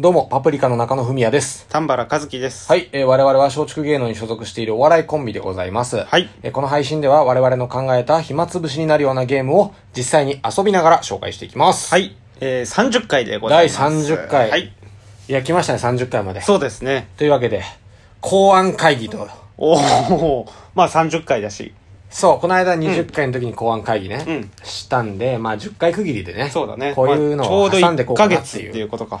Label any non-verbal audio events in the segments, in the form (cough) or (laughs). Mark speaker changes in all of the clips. Speaker 1: どうも、パプリカの中野文也です。
Speaker 2: 丹原和樹です。
Speaker 1: はい、えー我々は松竹芸能に所属しているお笑いコンビでございます。
Speaker 2: はい
Speaker 1: えーこの配信では我々の考えた暇つぶしになるようなゲームを実際に遊びながら紹介していきます。
Speaker 2: はい。。えー、30回でございます。
Speaker 1: 第30回
Speaker 2: はい。
Speaker 1: いや、来ましたね、30回まで。
Speaker 2: そうですね。
Speaker 1: というわけで、公安会議と、
Speaker 2: おお、まあ30回だし。
Speaker 1: そう、この間20回の時に公安会議ね、
Speaker 2: うん
Speaker 1: したんで、まあ10回区切りでね、
Speaker 2: そうだね。
Speaker 1: こういう
Speaker 2: まあ
Speaker 1: のを挟んで
Speaker 2: ち
Speaker 1: こ
Speaker 2: ょう
Speaker 1: うか
Speaker 2: ど1ヶ
Speaker 1: なっ
Speaker 2: 月
Speaker 1: て
Speaker 2: って
Speaker 1: いう。
Speaker 2: いうことか。
Speaker 1: うん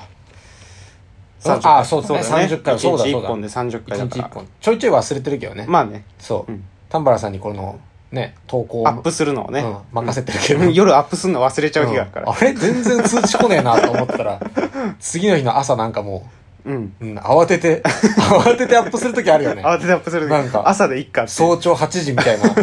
Speaker 2: 30回
Speaker 1: あ、そうですね。30回、そうだ
Speaker 2: 1日
Speaker 1: そう
Speaker 2: 1
Speaker 1: だ。
Speaker 2: 本で30回だ
Speaker 1: 1日
Speaker 2: か
Speaker 1: 1
Speaker 2: ら。
Speaker 1: 本。ちょいちょい忘れてるけどね。
Speaker 2: まあね、
Speaker 1: そう
Speaker 2: うん。
Speaker 1: 丹原さんにこの、ね、投稿を
Speaker 2: アップするのをね。
Speaker 1: うん、任せてるけど。
Speaker 2: (laughs) 夜アップするの忘れちゃう日があるか
Speaker 1: うん
Speaker 2: ら。
Speaker 1: あれ全然通知来ねえなと思った
Speaker 2: (laughs)
Speaker 1: ら、次の日の朝なんかも
Speaker 2: うん。
Speaker 1: う、うん、慌て (laughs) て、慌ててアップするときあるよね。
Speaker 2: 慌ててアップする
Speaker 1: なんか
Speaker 2: 朝でいっかって。
Speaker 1: 早朝8時みたいな。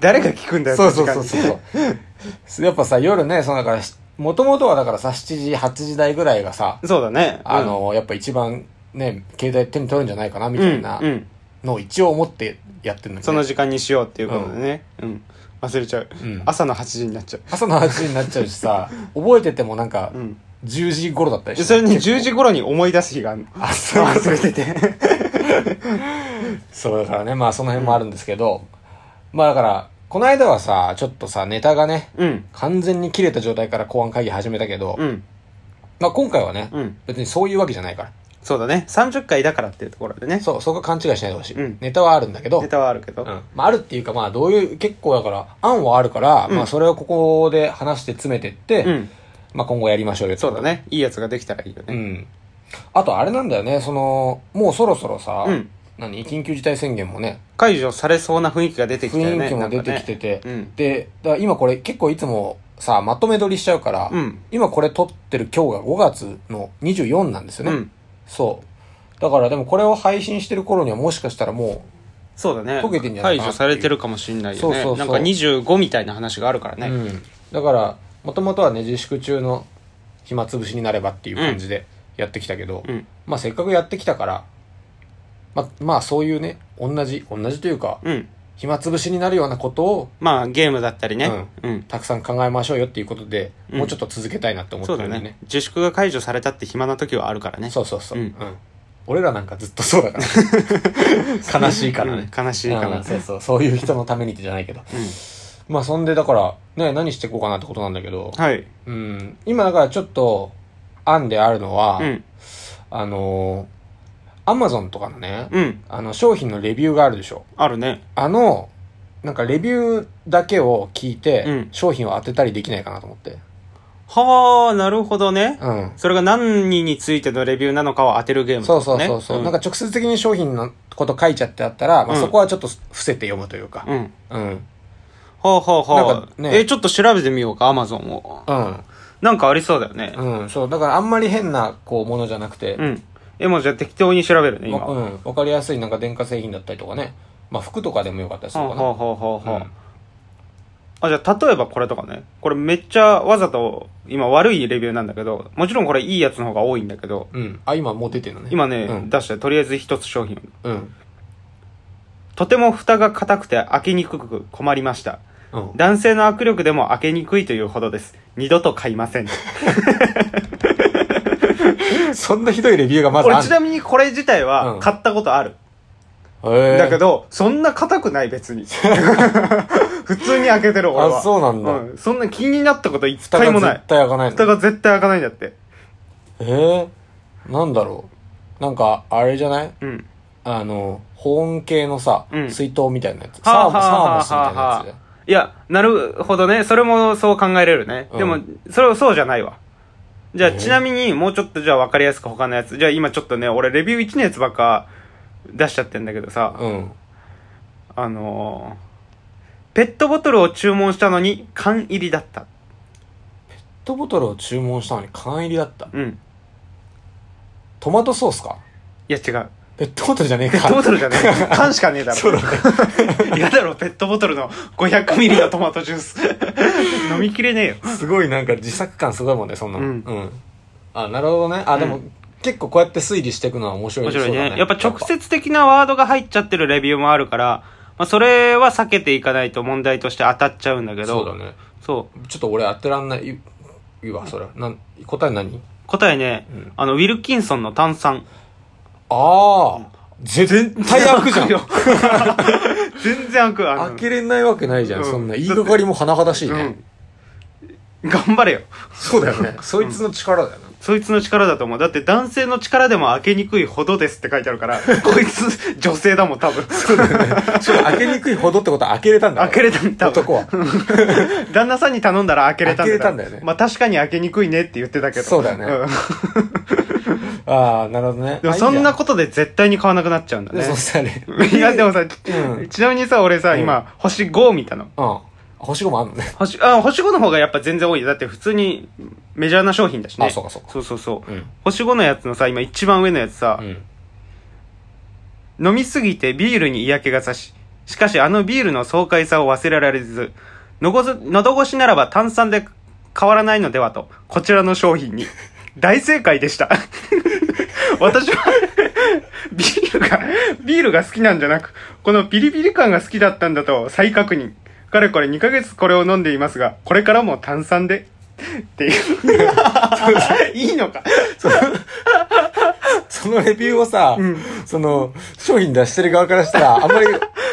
Speaker 2: 誰が聞くんだよ、
Speaker 1: そうそうそう
Speaker 2: この時間に
Speaker 1: そうそう。やっぱさ、夜ね、そのだから、もともとはだからさ、7時、8時台ぐらいがさ、
Speaker 2: そうだね。うん
Speaker 1: あ、の、やっぱ一番ね、携帯手に取るんじゃないかな、み
Speaker 2: う
Speaker 1: たい
Speaker 2: ん。
Speaker 1: な
Speaker 2: うん。
Speaker 1: のを一応思ってやってるんだけ
Speaker 2: そ
Speaker 1: ど、
Speaker 2: の時間にしようっていうことでね。うん。忘れちゃう
Speaker 1: うん。
Speaker 2: 朝の8時になっちゃう。
Speaker 1: 朝の8時になっちゃうし
Speaker 2: (laughs)
Speaker 1: さ、覚えててもなんか
Speaker 2: う、ん。
Speaker 1: 10時頃だったりし
Speaker 2: で
Speaker 1: て。
Speaker 2: それに10時頃に思い出す日があるの。
Speaker 1: あ、そう
Speaker 2: 忘れてて。
Speaker 1: そうだからね、まあその辺もあるんですけど、まあだから、この間はさ、ちょっとさ、ネタがね、
Speaker 2: うん。
Speaker 1: 完全に切れた状態から公安会議始めたけど、
Speaker 2: うん。
Speaker 1: まあ今回はね、
Speaker 2: うん。
Speaker 1: 別にそういうわけじゃないから。
Speaker 2: そうだね。30回だからっていうところでね。
Speaker 1: そう、そこは勘違いしないでほしい。
Speaker 2: うん
Speaker 1: ネタはあるんだけど、
Speaker 2: ネタはあるけど。
Speaker 1: うんまああるっていうかまあどういう、結構だから、案はあるから、
Speaker 2: うん
Speaker 1: まあそれをここで話して詰めてって、
Speaker 2: うん。
Speaker 1: まあ今後やりましょうよって
Speaker 2: そ
Speaker 1: こ
Speaker 2: う
Speaker 1: と
Speaker 2: だ。ね。いいやつができたらいいよ
Speaker 1: う
Speaker 2: ね。
Speaker 1: ん。あとあれなんだよね、その、もうそろそろさ、
Speaker 2: うん
Speaker 1: 何、緊急事態宣言もね、
Speaker 2: 解除されそうな雰囲気が出てきたよね。
Speaker 1: 雰囲気も出てき
Speaker 2: なんか
Speaker 1: て
Speaker 2: ね
Speaker 1: て、
Speaker 2: うん
Speaker 1: でだから今これ結構いつもさまとめ撮りしちゃうから、
Speaker 2: うん
Speaker 1: 今これ撮ってる今日が5月の24なんですよ
Speaker 2: う
Speaker 1: ね、
Speaker 2: ん。
Speaker 1: そうだからでもこれを配信してる頃にはもしかしたらも
Speaker 2: そうだね。
Speaker 1: 溶けてんじゃない
Speaker 2: 解
Speaker 1: かな
Speaker 2: 除されてるかもしんないよ
Speaker 1: そうそうそ
Speaker 2: ね。
Speaker 1: う
Speaker 2: なんか25みたいな話があるから
Speaker 1: う、
Speaker 2: ね。
Speaker 1: うんだからもともとはね自粛中の暇つぶしになればっていう感じでやってきたけど、
Speaker 2: うん。
Speaker 1: まあせっかくやってきたからままあそういうね同じ同じというか、
Speaker 2: うん。
Speaker 1: 暇つぶしになるようなことを
Speaker 2: まあ、ゲームだったりね。うん。
Speaker 1: たくさん考えましょうよっていうことで、
Speaker 2: うん
Speaker 1: もうちょっと続けたいなって思って
Speaker 2: そ
Speaker 1: る
Speaker 2: うんだ
Speaker 1: で
Speaker 2: ね。自粛が解除されたって暇な時はあるからね。
Speaker 1: そうそうそう。
Speaker 2: うん
Speaker 1: うん俺らなんかずっとそうだ
Speaker 2: (laughs)
Speaker 1: から。悲しいからね。
Speaker 2: うん悲しいか
Speaker 1: う
Speaker 2: ら
Speaker 1: ん。そうそう。そういう人のためにってじゃないけど。まあそんでだから、ね、何していこうかなってことなんだけど、
Speaker 2: はい。
Speaker 1: うん。今だからちょっと、案であるのは、
Speaker 2: うん。
Speaker 1: あのー、アマゾンとかのね、
Speaker 2: うん。
Speaker 1: あの、商品のレビューがあるでしょ。
Speaker 2: あるね。
Speaker 1: あの、なんかレビューだけを聞いて、
Speaker 2: うん
Speaker 1: 商品を当てたりできないかなと思って。
Speaker 2: はあ、なるほどね。
Speaker 1: うん。
Speaker 2: それが何についてのレビューなのかを当てるゲーム、ね。
Speaker 1: そうそうそうそう、
Speaker 2: ん
Speaker 1: なんか、直接的に商品のこと書いちゃってあったら、まあ、
Speaker 2: うん
Speaker 1: そこはちょっと伏せて読むというか。
Speaker 2: うん。は
Speaker 1: うん。うん。
Speaker 2: あ、はあはあ
Speaker 1: なんかね
Speaker 2: え、ちょっと調べてみようか、アマゾンを。
Speaker 1: うん。
Speaker 2: なんかありそうだよね。
Speaker 1: そう。だからあんまり変な、こう、ものじゃなくて、
Speaker 2: うん。え、もうじゃあ適当に調べるね、今。
Speaker 1: わう
Speaker 2: は
Speaker 1: ん。わかりやすい、なんか電化製品だったりとかね。まあ、服とかでもよかったりす
Speaker 2: あ、
Speaker 1: る
Speaker 2: は
Speaker 1: か
Speaker 2: あ
Speaker 1: な。
Speaker 2: はあはあはあ
Speaker 1: うん
Speaker 2: あ、じゃあ、例えばこれとかね。これめっちゃわざと、今悪いレビューなんだけど、もちろんこれいいやつの方が多いんだけど、
Speaker 1: うん。あ、今もう出てるのね。
Speaker 2: 今ね、
Speaker 1: うん
Speaker 2: 出して、とりあえず一つ商品。
Speaker 1: うん。
Speaker 2: とても蓋が硬くて開けにくく困りました。
Speaker 1: うん。 (laughs)
Speaker 2: 男性の握力でも開けにくいというほどです。二度と買いません。
Speaker 1: そんなひどいレビューがまずあ
Speaker 2: 俺
Speaker 1: る
Speaker 2: ち。なみにこれ自体
Speaker 1: うん
Speaker 2: は買ったことある。
Speaker 1: へー
Speaker 2: だけど、そんな硬くない
Speaker 1: (laughs)
Speaker 2: 別に。普通に開けてる俺は。
Speaker 1: あそうなんだ
Speaker 2: うん。そんな気になったこと一
Speaker 1: 蓋
Speaker 2: 回
Speaker 1: が
Speaker 2: も
Speaker 1: 絶
Speaker 2: な
Speaker 1: 対開
Speaker 2: い。
Speaker 1: かない
Speaker 2: 蓋
Speaker 1: の。
Speaker 2: が絶対開かないんだって。
Speaker 1: えー、なんだろう。なんか、あれじゃない
Speaker 2: うん。
Speaker 1: あの、保温系のさ、
Speaker 2: うん
Speaker 1: 水筒みたいなやつ。
Speaker 2: は
Speaker 1: サ
Speaker 2: あ
Speaker 1: ーモ
Speaker 2: は
Speaker 1: サー
Speaker 2: あは
Speaker 1: モ
Speaker 2: あ
Speaker 1: スみたいなやつ
Speaker 2: はあいや、なるほどね。それもそう考えれるね。
Speaker 1: うん
Speaker 2: でも、それはそうじゃないわ。じゃあ、
Speaker 1: え
Speaker 2: ちなみに、もうちょっとじゃあ分かりやすく他のやつ。じゃあ今ちょっとね、俺レビュー1のやつばっか出しちゃってんだけどさ。
Speaker 1: うん。
Speaker 2: あのー、ペットボトルを注文したのに缶入りだった。
Speaker 1: ペットボトルを注文したのに缶入りだった。
Speaker 2: うん。
Speaker 1: トマトソースか
Speaker 2: いや違う。
Speaker 1: ペットボトルじゃねえ
Speaker 2: ペットボ
Speaker 1: か。
Speaker 2: トルじゃねえ。缶しかねえだ
Speaker 1: (laughs)
Speaker 2: ろ。
Speaker 1: そうだ
Speaker 2: ね。やだろ、ペットボトルの500ミリのトマトジュース。
Speaker 1: (laughs)
Speaker 2: 飲みきれねえよ。
Speaker 1: すごいなんか自作感すごいもんね、そんなの。
Speaker 2: うん
Speaker 1: うん。あ、なるほどね。あ、でも、結構こうやって推理していくのは面白い
Speaker 2: 面白い
Speaker 1: そうだ
Speaker 2: ね。やっぱ直接的なワードが入っちゃってるレビューもあるから、まあそれは避けていかないと問題として当たっちゃうんだけ
Speaker 1: そ
Speaker 2: ど。
Speaker 1: うだね。
Speaker 2: そう。
Speaker 1: ちょっと俺当てらんない。いいいわ、それ。なん、答え何
Speaker 2: 答えね、あの、ウィルキンソンの炭酸。
Speaker 1: ああ、絶対開くじゃん。 (laughs)
Speaker 2: よ全然開く。あ
Speaker 1: 開
Speaker 2: の
Speaker 1: けれないわけないじゃん。
Speaker 2: うん
Speaker 1: そんな、言いがかりも甚だしいね。
Speaker 2: うん。頑張れよ。
Speaker 1: そうだよね。そいつの力だよな。
Speaker 2: そいつの力だと思う。だって男性の力でも開けにくいほどですって書いてあるから、こいつ (laughs) 女性だもん、多分。
Speaker 1: しかも開けにくいほどってことは開けれたんだ。
Speaker 2: 開けれたんだ。多分
Speaker 1: 男は。
Speaker 2: 旦那さんに頼んだら開けれたん
Speaker 1: 開けれ
Speaker 2: だ。
Speaker 1: たんだよね
Speaker 2: まあ確かに開けにくいねって言ってたけど。
Speaker 1: そうだよね (laughs)
Speaker 2: ん
Speaker 1: ああ、なるほどね。
Speaker 2: でも
Speaker 1: あ
Speaker 2: そんな
Speaker 1: こ
Speaker 2: ことで絶対に買わなくなっちゃうんだ
Speaker 1: とね。
Speaker 2: ね
Speaker 1: そう。したね。
Speaker 2: いや、でもさ、
Speaker 1: うん
Speaker 2: ちなみにさ、俺さ、
Speaker 1: うん
Speaker 2: 今、星5見たの。
Speaker 1: うん。星5もあんのね。
Speaker 2: 星、あ、星5の方がやっぱ全然多いよ。だって普通にメジャーな商品だしね。
Speaker 1: あそうかそうか
Speaker 2: そうそうそう
Speaker 1: うん
Speaker 2: 星5のやつのさ、今一番上のやつさ、
Speaker 1: うん。
Speaker 2: 飲みすぎてビールに嫌気がさし、しかしあのビールの爽快さを忘れられず、のごず、喉越しならば炭酸で変わらないのではと、こちらの商品に。大正解でした。 (laughs) 私は、ビールが、ビールが好きなんじゃなく、このピリピリ感が好きだったんだと再確認。かれこれ2ヶ月これを飲んでいますが、これからも炭酸で。っ
Speaker 1: (laughs)
Speaker 2: ていう。 (laughs) いいのか。
Speaker 1: そのレビューをさ、
Speaker 2: ん
Speaker 1: その、商品出してる側からしたら、あんまり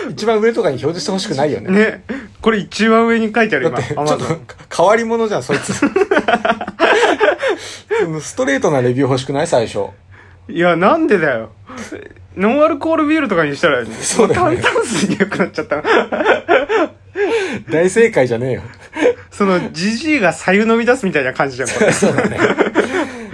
Speaker 1: 一番上とかに表示してほしくないよね。
Speaker 2: ね。これ一番上に書いてある
Speaker 1: だっ
Speaker 2: 今。
Speaker 1: て、ちょっ
Speaker 2: Amazon
Speaker 1: と変わり者じゃん、そいつ。ストレートなレビュー欲しくない最初。
Speaker 2: いや、なんでだよ。ノンアルコールビールとかにしたら、
Speaker 1: そうだよね
Speaker 2: も炭酸水でよくなっちゃった。
Speaker 1: 大正解じゃねえよ。 (laughs)
Speaker 2: その、じじいが左右飲み出すみたいな感じじゃん、これ。
Speaker 1: そうだね。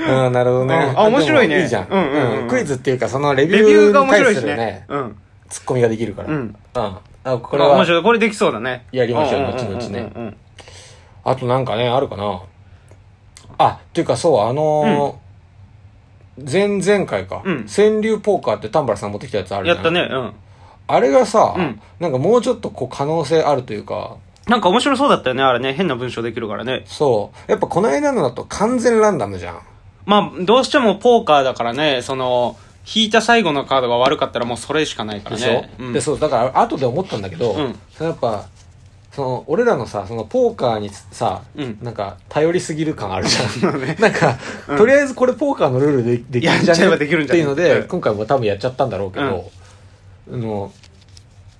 Speaker 1: うん、なるほどね。
Speaker 2: うんあ面白いね
Speaker 1: でもいいじゃん。
Speaker 2: うんうんうん
Speaker 1: クイズっていうか、そのレビ
Speaker 2: レビュ
Speaker 1: ュ
Speaker 2: ーが
Speaker 1: ーに
Speaker 2: 面白
Speaker 1: 対
Speaker 2: い
Speaker 1: す
Speaker 2: し
Speaker 1: る
Speaker 2: ね
Speaker 1: ね。、
Speaker 2: うん。
Speaker 1: ツッコミができるから。
Speaker 2: うん
Speaker 1: あ、こ
Speaker 2: こ
Speaker 1: れ
Speaker 2: れ
Speaker 1: は
Speaker 2: 面白い。これできそうだね。
Speaker 1: やりましょう
Speaker 2: うんうんうんうん
Speaker 1: 後々ね
Speaker 2: うんうん
Speaker 1: あとなんかね、あるかな。あ、っていうかそう、あのー前々回か、
Speaker 2: うん
Speaker 1: 川柳ポーカーって丹原さん持ってきたやつあるじ
Speaker 2: や
Speaker 1: ゃん。
Speaker 2: ったね。うん。
Speaker 1: あれがさ、
Speaker 2: うん
Speaker 1: なんかもうちょっとこう可能性あるというか、
Speaker 2: なんか面白そうだったよね、あれね。変な文章できるからね。
Speaker 1: そう。やっぱこの間のだと完全ランダムじゃん。
Speaker 2: まあ、どうしてもポーカーだからね、その、引いた最後のカードが悪かったらもうそれしかないから
Speaker 1: でしょ
Speaker 2: ね。、うん
Speaker 1: で、そう、だから後で思ったんだけど、
Speaker 2: うん
Speaker 1: そのやっぱ、その、俺らのさ、そのポーカーにさ、
Speaker 2: うん
Speaker 1: なんか、頼りすぎる感あるじ
Speaker 2: (laughs)
Speaker 1: ゃん。 (laughs) なんか、とりあえずこれポーカーのルールでできるんじ
Speaker 2: や
Speaker 1: ゃ
Speaker 2: っちゃ
Speaker 1: ね
Speaker 2: えばできるんじ
Speaker 1: っ
Speaker 2: ゃ
Speaker 1: て
Speaker 2: ね
Speaker 1: いうので、
Speaker 2: うん
Speaker 1: 今回も多分やっちゃったんだろうけど、あの、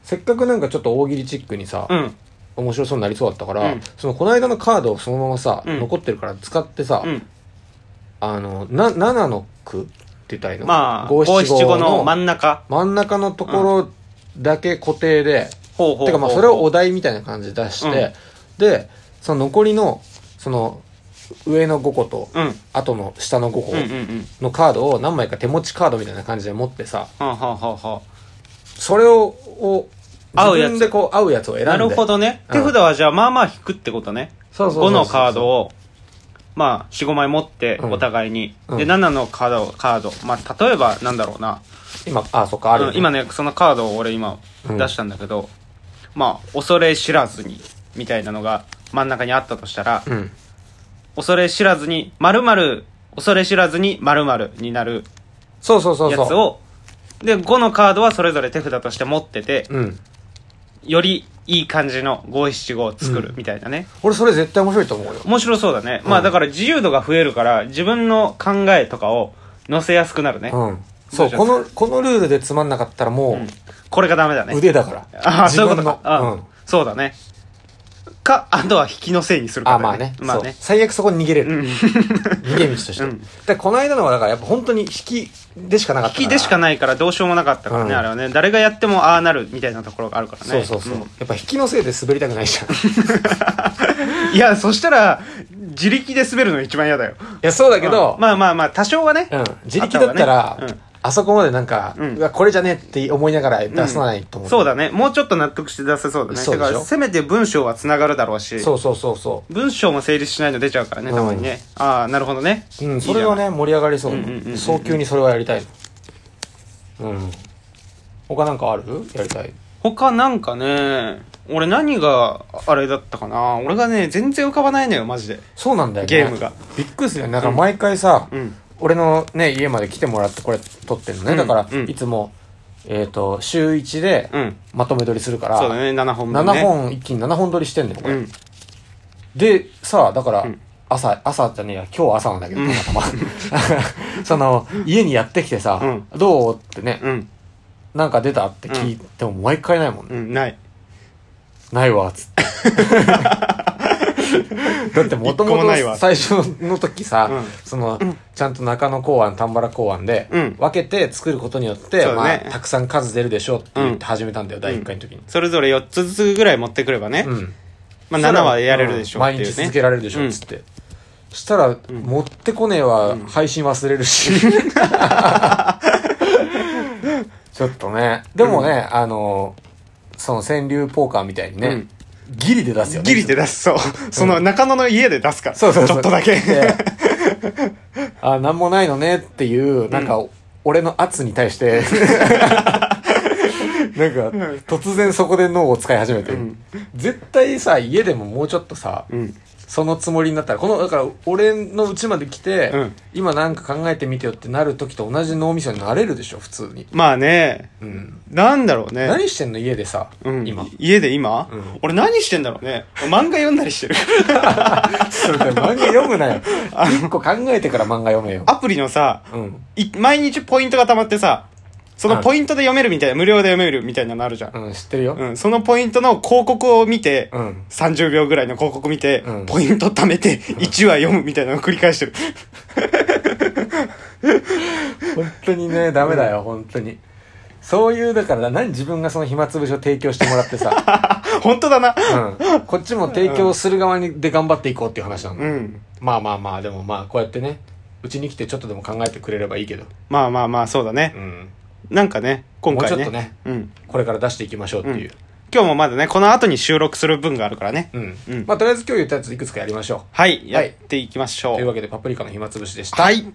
Speaker 1: せっかくなんかちょっと大喜利チックにさ、
Speaker 2: うん。
Speaker 1: 面白そうになりそうだったから、
Speaker 2: うん
Speaker 1: その、この間のカードをそのままさ、
Speaker 2: うん
Speaker 1: 残ってるから使ってさ、
Speaker 2: うん。
Speaker 1: あの、な、7の句って言ったらいいの
Speaker 2: まあ、
Speaker 1: 五
Speaker 2: 五
Speaker 1: 七
Speaker 2: 七
Speaker 1: 五
Speaker 2: 五
Speaker 1: の
Speaker 2: の
Speaker 1: 真
Speaker 2: 真ん中。
Speaker 1: ん中のところだけ固定で、
Speaker 2: ほうほうほうほう。
Speaker 1: てかまあそれをお題みたいな感じで出して、でその残りのその上の5個と、
Speaker 2: うん。
Speaker 1: 後の下の5個
Speaker 2: うんうんうん。
Speaker 1: のカードを何枚か手持ちカードみたいな感じで持ってさ
Speaker 2: はあ、はあはあは
Speaker 1: それをを
Speaker 2: 合
Speaker 1: 自
Speaker 2: うやつ
Speaker 1: 分でこう合うやつを選ん
Speaker 2: あ、
Speaker 1: で
Speaker 2: なるほどね。
Speaker 1: うん
Speaker 2: 手札はじゃあまあまあ引くってことね。
Speaker 1: そうそうそうそう
Speaker 2: 5のカードを、まあ4、5枚持って、
Speaker 1: うん
Speaker 2: お互いに。
Speaker 1: うん
Speaker 2: で、7のカード、カード。まあ例えばなんだろうな。
Speaker 1: 今あそうかあるよ
Speaker 2: うん今ね、そのカードを俺今
Speaker 1: うん
Speaker 2: 出したんだけど、まあ、恐れ知らずに、みたいなのが真ん中にあったとしたら、
Speaker 1: うん
Speaker 2: 恐れ知らずに、〇〇、恐れ知らずに〇〇になる
Speaker 1: そうそうそうそう
Speaker 2: やつを、で、5のカードはそれぞれ手札として持ってて、
Speaker 1: うん
Speaker 2: よりいい感じの五七五を作るみたいなね、
Speaker 1: 俺それ絶対面白いと思うよ
Speaker 2: 面白そうだね、まあだから自由度が増えるから自分の考えとかを載せやすくなるね、
Speaker 1: うんそう
Speaker 2: ど
Speaker 1: こ
Speaker 2: うしよ
Speaker 1: のこのルールでつまんなかったらも
Speaker 2: これがダメだ
Speaker 1: う
Speaker 2: ね
Speaker 1: 腕だから、
Speaker 2: ああ
Speaker 1: 自
Speaker 2: そういう
Speaker 1: 分
Speaker 2: こと
Speaker 1: の
Speaker 2: かあ、そうだねかあとは引きのせいにする
Speaker 1: うん、あ
Speaker 2: か
Speaker 1: ま
Speaker 2: ら
Speaker 1: あね,、
Speaker 2: まあ
Speaker 1: そう
Speaker 2: ね
Speaker 1: 最悪そこに逃げれる、
Speaker 2: うん (laughs)
Speaker 1: 逃げ道として。
Speaker 2: うん
Speaker 1: で、この間のはだからやっぱ本当に引きでしかなかったから。
Speaker 2: 引きでしか
Speaker 1: な
Speaker 2: ないからどうしようもなかったからね、
Speaker 1: うん
Speaker 2: あれはね誰がやってもああなるみたいなところがあるからね
Speaker 1: そうそうそう。
Speaker 2: ん
Speaker 1: やっぱ引きのせいで滑りたくないじゃん。い (laughs)
Speaker 2: いやそしたら自力で滑るの一番嫌だよ
Speaker 1: や、そうだけど、
Speaker 2: まあまあまあ多少はね、
Speaker 1: うん、自力だったら、
Speaker 2: あった方がねうん
Speaker 1: あそこまでなんか、
Speaker 2: うん
Speaker 1: うわ、これじゃねえって思いながら出さないと思う。
Speaker 2: そうだね。もうちょっと納得して出せそうだね。
Speaker 1: そうでしょ
Speaker 2: だから、せめて文章は繋がるだろうし、
Speaker 1: そうそうそうそ
Speaker 2: 文章も整理しないの出ちゃうからね、
Speaker 1: うん
Speaker 2: たまにね。ああ、なるほどね。
Speaker 1: う。うん、それはね、盛り上がりそう
Speaker 2: うんうんうんうん
Speaker 1: な。早急にそれはやりたいの。うん。他なんかあるやりたい。
Speaker 2: 他なんかね、俺何があれだったかな。俺がね、全然浮かばないのよ、マジで。
Speaker 1: そうなんだよね。
Speaker 2: ゲームが。
Speaker 1: びっくりするよね。だから毎回さ、
Speaker 2: うん。
Speaker 1: 俺のね、家まで来てもらってこれ撮ってるのね。
Speaker 2: うん
Speaker 1: だから、
Speaker 2: うん
Speaker 1: いつも、えっ、と、週1で、
Speaker 2: うん。
Speaker 1: まとめ撮りするから、
Speaker 2: そうだね、7本目ね。
Speaker 1: 7本、一気に7本撮りしてんだよ、こ
Speaker 2: う
Speaker 1: れ。
Speaker 2: ん。
Speaker 1: で、さあ、だから、
Speaker 2: ん
Speaker 1: 朝、朝じゃねえや、今日朝なんだけど、たまたま。 (laughs) その、家にやってきてさ、
Speaker 2: う
Speaker 1: どうってね、
Speaker 2: うん
Speaker 1: なんか出たって聞いても毎回ないもんね。
Speaker 2: うんない
Speaker 1: ないわ、つっ
Speaker 2: (laughs)
Speaker 1: て。だってもと
Speaker 2: 一個
Speaker 1: も
Speaker 2: もないわ
Speaker 1: と最初の時さ、
Speaker 2: うん
Speaker 1: その、ちゃんと中野公安、丹原公安で
Speaker 2: うん、
Speaker 1: 分けて作ることによって、
Speaker 2: そうだ
Speaker 1: まあ
Speaker 2: ね、
Speaker 1: たくさん数出るでしょうって言って始めたんだよ、第1回の時に。
Speaker 2: それぞれ4つずつぐらい持ってくればね、
Speaker 1: うん。
Speaker 2: まあ、7はやれるでしょうって
Speaker 1: 毎
Speaker 2: い
Speaker 1: 日
Speaker 2: うね
Speaker 1: 続けられるでしょ、つって。したら、持ってこねえは、配信忘れる
Speaker 2: (laughs)
Speaker 1: し。ちょっとね。でもね、あの、その川柳ポーカーみたいに
Speaker 2: う
Speaker 1: ね
Speaker 2: ん、
Speaker 1: ギリで出すよね。
Speaker 2: ギリで出すそう、その中野の家で出すから
Speaker 1: そうそう
Speaker 2: ち
Speaker 1: そう
Speaker 2: ょっとだけ
Speaker 1: (laughs) であ、なんもないのねっていう、なんか、俺の圧に対
Speaker 2: (laughs)
Speaker 1: して、なんか、突然そこで脳を使い始めて、絶対さ、家でももうちょっとさ、
Speaker 2: うん
Speaker 1: そのつもりになったら、この、だから、俺の家まで来て、
Speaker 2: うん
Speaker 1: 今なんか考えてみてよってなる時と同じ脳みそになれるでしょ、普通に。
Speaker 2: まあね、
Speaker 1: うん。
Speaker 2: なんだろうね
Speaker 1: 何してんの家でさ、
Speaker 2: うん、
Speaker 1: 今。
Speaker 2: 家で今、
Speaker 1: うん
Speaker 2: 俺何してんだろうね漫画読んだりしてる
Speaker 1: それ (laughs) 漫画読むな
Speaker 2: (laughs)
Speaker 1: よ。一個考えてから漫画読めよ。
Speaker 2: アプリのさ
Speaker 1: うん。
Speaker 2: い毎日ポイントが溜まってさそのポイントで読めるみたいな無料で読めるみたいなのあるじゃん、
Speaker 1: うん、知ってるよ。
Speaker 2: うん、そのポイントの広告を見て、
Speaker 1: うん。
Speaker 2: 30秒ぐらいの広告見て、
Speaker 1: うん
Speaker 2: ポイント貯めて1話読むみたいなのを繰り返してる (laughs)
Speaker 1: 本当にね、ダメだよ、本当に。そういう、だから、何自分がその暇つぶしを提供してもらって
Speaker 2: (laughs)
Speaker 1: さ、
Speaker 2: 本当だな
Speaker 1: うん、こっちも提供する側にで頑張っていこうっていう話なの。
Speaker 2: うん
Speaker 1: まあまあまあ、でもまあ、こうやってね、うちに来てちょっとでも考えてくれればいいけど、
Speaker 2: まあまあまあそうだね
Speaker 1: う、ん、
Speaker 2: なんかね今回ね
Speaker 1: もうちょっとね
Speaker 2: うん、
Speaker 1: これから出していきましょうっていう。
Speaker 2: 今日もまだねこの後に収録する分があるからね、
Speaker 1: うん。
Speaker 2: うん
Speaker 1: まあ、とりあえず今日言ったやついくつかやりましょ
Speaker 2: はい
Speaker 1: は
Speaker 2: や
Speaker 1: い
Speaker 2: っていきまし
Speaker 1: う。
Speaker 2: ょ
Speaker 1: という
Speaker 2: う
Speaker 1: わけで、パプリカの暇つぶしでした。
Speaker 2: はい